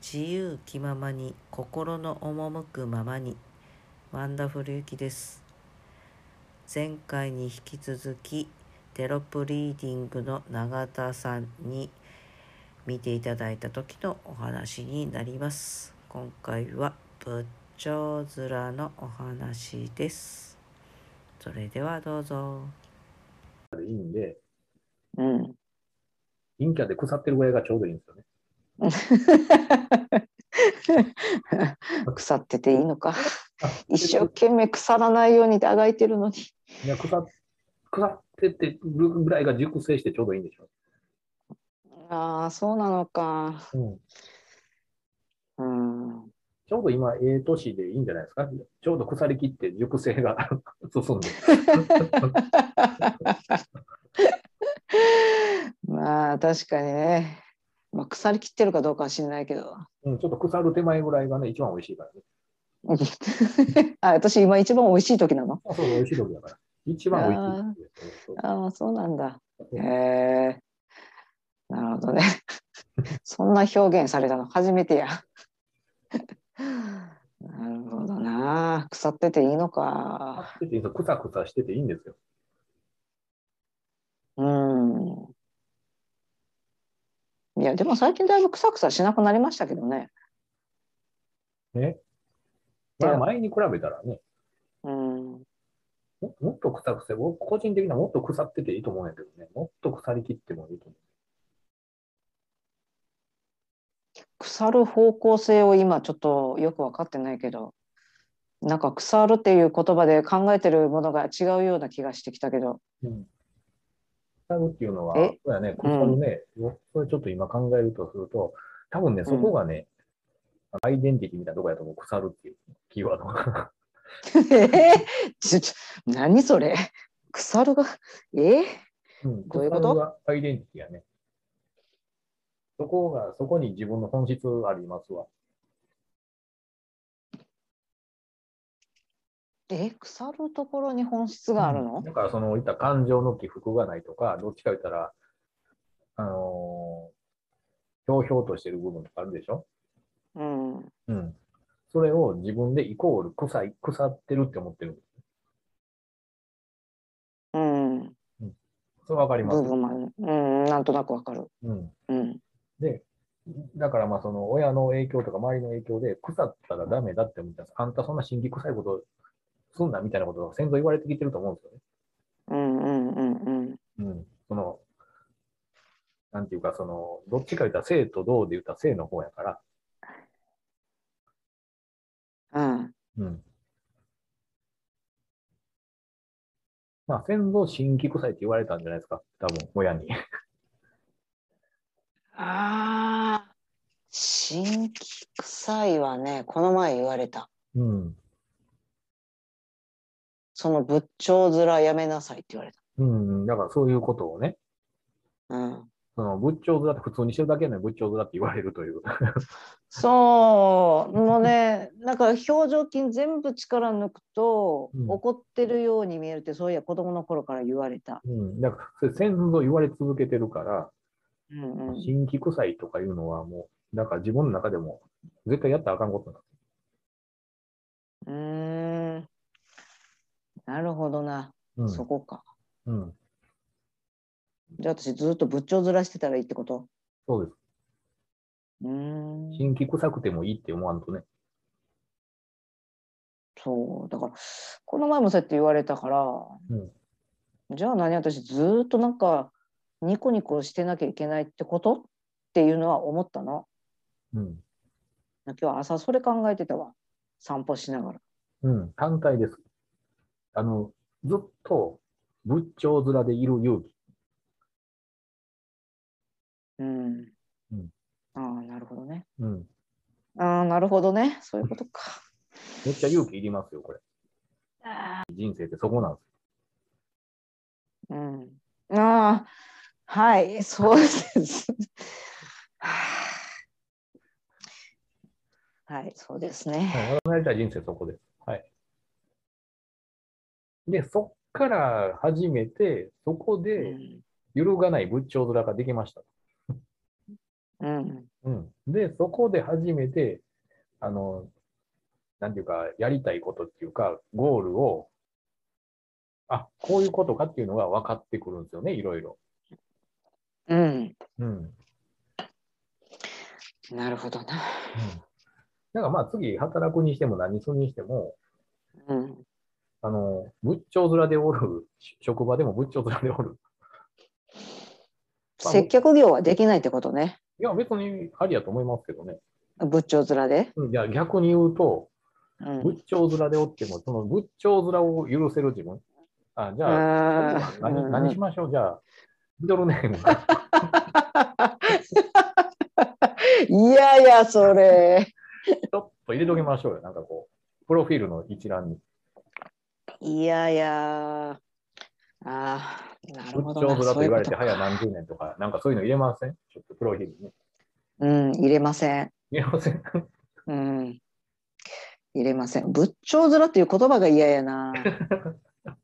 自由気ままに心の赴くままにワンダフルゆきです前回に引き続きテロップリーディングの永田さんに見ていただいた時のお話になります今回は仏頂面のお話ですそれではどうぞでいいんで、うん。陰キャで腐ってるぐらいがちょうどいいんですよね。腐ってていいのか。一生懸命腐らないようにってあがいてるのに。いや腐っ腐っててるぐらいが熟成してちょうどいいんでしょ。ああ、そうなのか。うん、うん。ちょうど今、ええ年でいいんじゃないですか。ちょうど腐りきって熟成が 進んで。まあ、確かにね。まあ、腐りきってるかどうかは知らないけど。 うん、ちょっと腐る手前ぐらいがね、一番美味しいからね。あ私、今一番美味しい時なの。あそう、美味しい時だから。一番美味しい時そうああ、そうなんだ。へえ。なるほどね。 そんな表現されたの初めてや。 なるほどな。腐ってていいのか。腐ってていいんですよくさくさしてていいんですよ。うん。いや、でも最近だいぶくさくさしなくなりましたけどね。まあ、前に比べたらね、うん。ももっと臭くせ、僕個人的にはもっと腐ってていいと思うんやけどね、もっと腐りきってもいいと思う。腐る方向性を今ちょっとよく分かってないけど、なんか腐るっていう言葉で考えてるものが違うような気がしてきたけど。 うん。腐るっていうのは、えそうやね、腐るね、それちょっと今考えるとすると、多分ね、そこがね、アイデンティティみたいなとこやと思う、腐るっていうキーワード が。えーちょちょ何それ腐るがえーうんどういうこと腐るがアイデンティティやね。そこが、そこに自分の本質ありますわ。え腐るところに本質があるのだから、その、いった感情の起伏がないとか、どっちか言ったら、あのー、ひょうひょうとしてる部分とかあるでしょうん、うん。それを自分でイコール臭い、腐ってるって思ってる。うん、それわかります部分もあるうん、なんとなくわかる。うん、うん、で、だからまあその親の影響とか周りの影響で腐ったらダメだって思ったんです。あんたそんな心理臭いことすんなみたいなことが先祖言われてきてると思うんですようん、うん、うん、ね。うん。その、なんていうか、その、どっちか言ったら生と道で言ったら生の方やから、うん、うん、うん。まあ先祖心理臭いって言われたんじゃないですか。多分、親に。 ああ、新規臭いはね、この前言われた。うん。その仏頂面やめなさいって言われた。うん。だからそういうことをね、うん、その仏頂面って普通にしてるだけやのに仏頂面って言われるという。そう、もう ね、なんか表情筋全部力抜くと、うん怒ってるように見えるって、そういや子供の頃から言われた。うん、だから、それ先祖言われ続けてるから、うんうん、新規臭いとかいうのはもう、だから自分の中でも絶対やったらあかんことなのうーんなるほどな、うんそこか。うん、じゃあ私ずっと仏頂ずらしてたらいいってことそうです。うーん。新規臭くてもいいって思わんとね。そう。だから、この前もそうやって言われたから、じゃあ何私ずっとなんか、ニコニコしてなきゃいけないってことっていうのは思ったの。うん。今日は朝それ考えてたわ。散歩しながら。うん。単体です。あの、ずっと仏頂面でいる勇気。うん。うんああ、なるほどね。うん。ああ、なるほどね。そういうこと か。めっちゃ勇気いりますよ、これ。人生ってそこなんですうん。ああ、はい、そうです。 はあはい、そうですね。はい、我々やりたい人生そこです。はい。で、そっから始めて、そこうでん揺るがない仏頂面ができました。うん。うん、で、そこで初めて、あの、なんていうか、やりたいことっていうか、ゴールを、あ、こういうことかっていうのが分かってくるんですよね、いろいろ。うん。うん。なるほどな。だからまあ次、働くにしても何するにしても、うん。あの、仏頂面でおる、し職場でも仏頂面でおる。接客業はできないってことね。いや、別にありやと思いますけどね。仏頂面で。うんいや、逆に言うと、うん。仏頂面でおっても、その仏頂面を許せる自分。あ、じゃあ、あー何何しましょう、じゃあ、ミドルネー ム。うんいやいや、それ。ちょっと入れときましょうよ。なんかこう、プロフィールの一覧に。いやいや。ああ、な仏るほ頂どな。面とそうい言うわこれてと早何十年とか、なんかそういうの入れませんちょっとプロフィールに。うん、入れません。入れませんうん。入れません。仏頂面っていう言葉が嫌や な。あ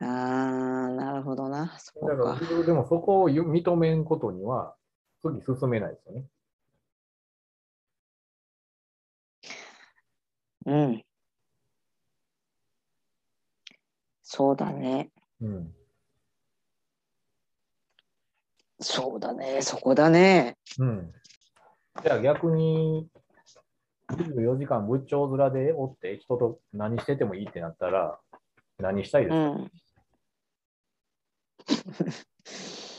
あ、なるほどな。 そだうか、からでもそこを認めんことには、次進めないですよね。うん。そうだね。うん。そうだね。そこだね。うん。じゃあ逆に、24時間仏頂面でおって、人と何しててもいいってなったら、何したいですうか、ん。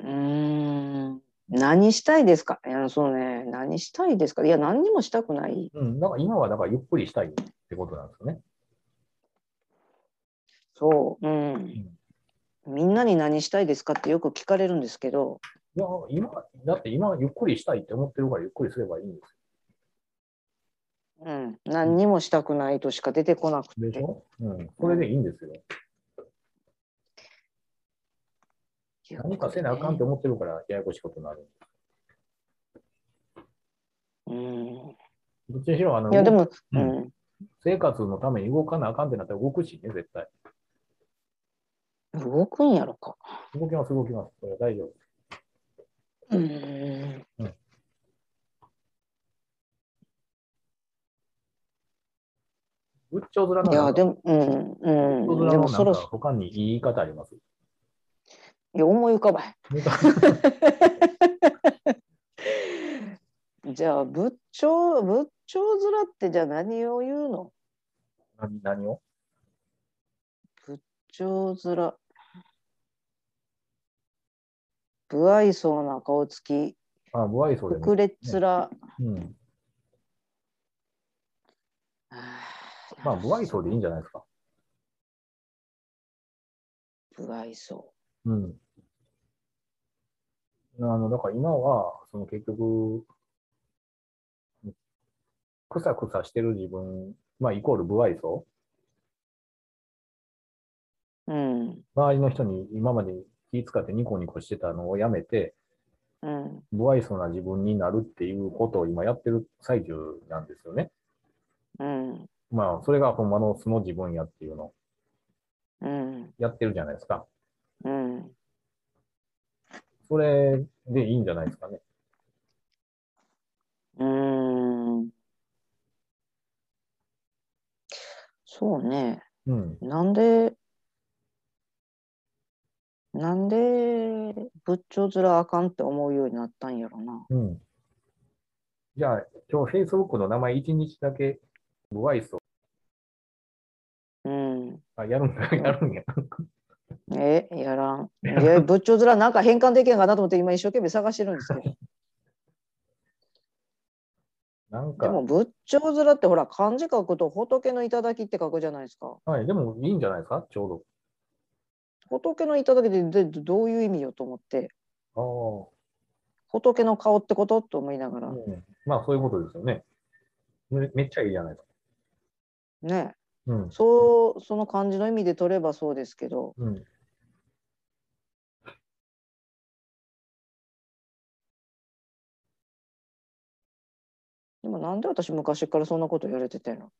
うーん。何したいですかいや、そうね。何したいですかいや、何にもしたくない。うん、なんか今はだからゆっくりしたいってことなんですよね。そう。うん。みんなに何したいですかってよく聞かれるんですけど、いや、今、だって今ゆっくりしたいって思ってるからゆっくりすればいいんですうん。何にもしたくないとしか出てこなく。でしてょうん。それでいいんですよ。何かせなあかんって思ってるから、ややこしいことになる。うん。どっちにしろ、あの、いや、でも、ううんん。生活のために動かなあかんってなったら動くしね、絶対。動くんやろか。動きます、動きます。これは大丈夫。うーんうん仏頂面のいや、なんかでも、うん、仏う頂面ん。でのも、なそんかろそろ、他に言い方あります。いや、思い浮かばへん。じゃあ仏頂仏頂面ってじゃあ何を言うの何何を仏頂面不愛想な顔つきあ、不愛想でも膨。れっ面、はうん。あまあ、不愛想でいいんじゃないですか。不愛想うん。あの、だから今は、その結局、くさくさしてる自分、まあ、イコール不愛想うん周りの人に今まで気使ってニコニコしてたのをやめて、うん不愛想な自分になるっていうことを今やってる最中なんですよね。うんまあ、それがほんまの素の自分やっていうのをうんやってるじゃないですか。うんそれでいいんじゃないですかね。うんそうねうん。なんでなんで仏頂面あかんって思うようになったんやろなうん。じゃあ、今日 Facebook の名前1日だけ不愛想。うん。あ、やるんだ、やるんや。え、やらん。いや、仏頂面なんか変換できへんかなと思って今一生懸命探してるんですけど。なんでか、も仏頂面ってほら漢字書くと仏の頂って書くじゃないですか。はい、でもいいんじゃないですか、ちょ仏の頂ってでどういう意味よと思ってうど。仏の顔ってことと思いながああ、らうん。まあ、そういうことですよね。めめっちゃいいじゃないですか。ねうん。そうその漢字の意味で取ればそうですけどうん。でもなんで私昔からそんなこと言われてたの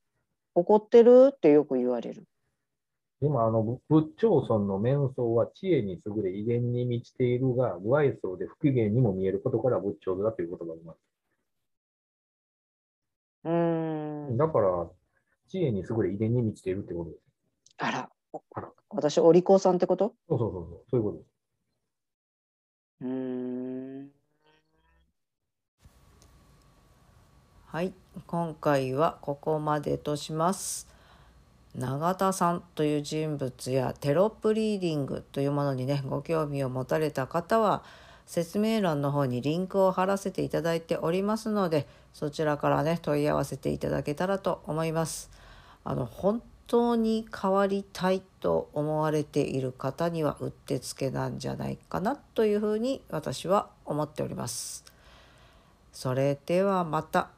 怒ってるってよく言われる。でも、あの、ぶ仏頂尊の面相は知恵に優れ、威厳に満ちているが、無愛想で不機嫌にも見えることから仏頂だという言葉があります。うーん。だから、知恵に優れ、威厳に満ちているってことです。あらおあら私お利口さんってことそうそうそうそう、そういうことです。うーんはい、今回はここまでとします。永田さんという人物やテロップリーディングというものにねご興味を持たれた方は説明欄の方にリンクを貼らせていただいておりますのでそちらからね問い合わせていただけたらと思います。あの本当に変わりたいと思われている方にはうってつけなんじゃないかなというふうに私は思っております。それではまた。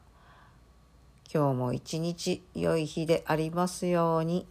今日も一日良い日でありますように。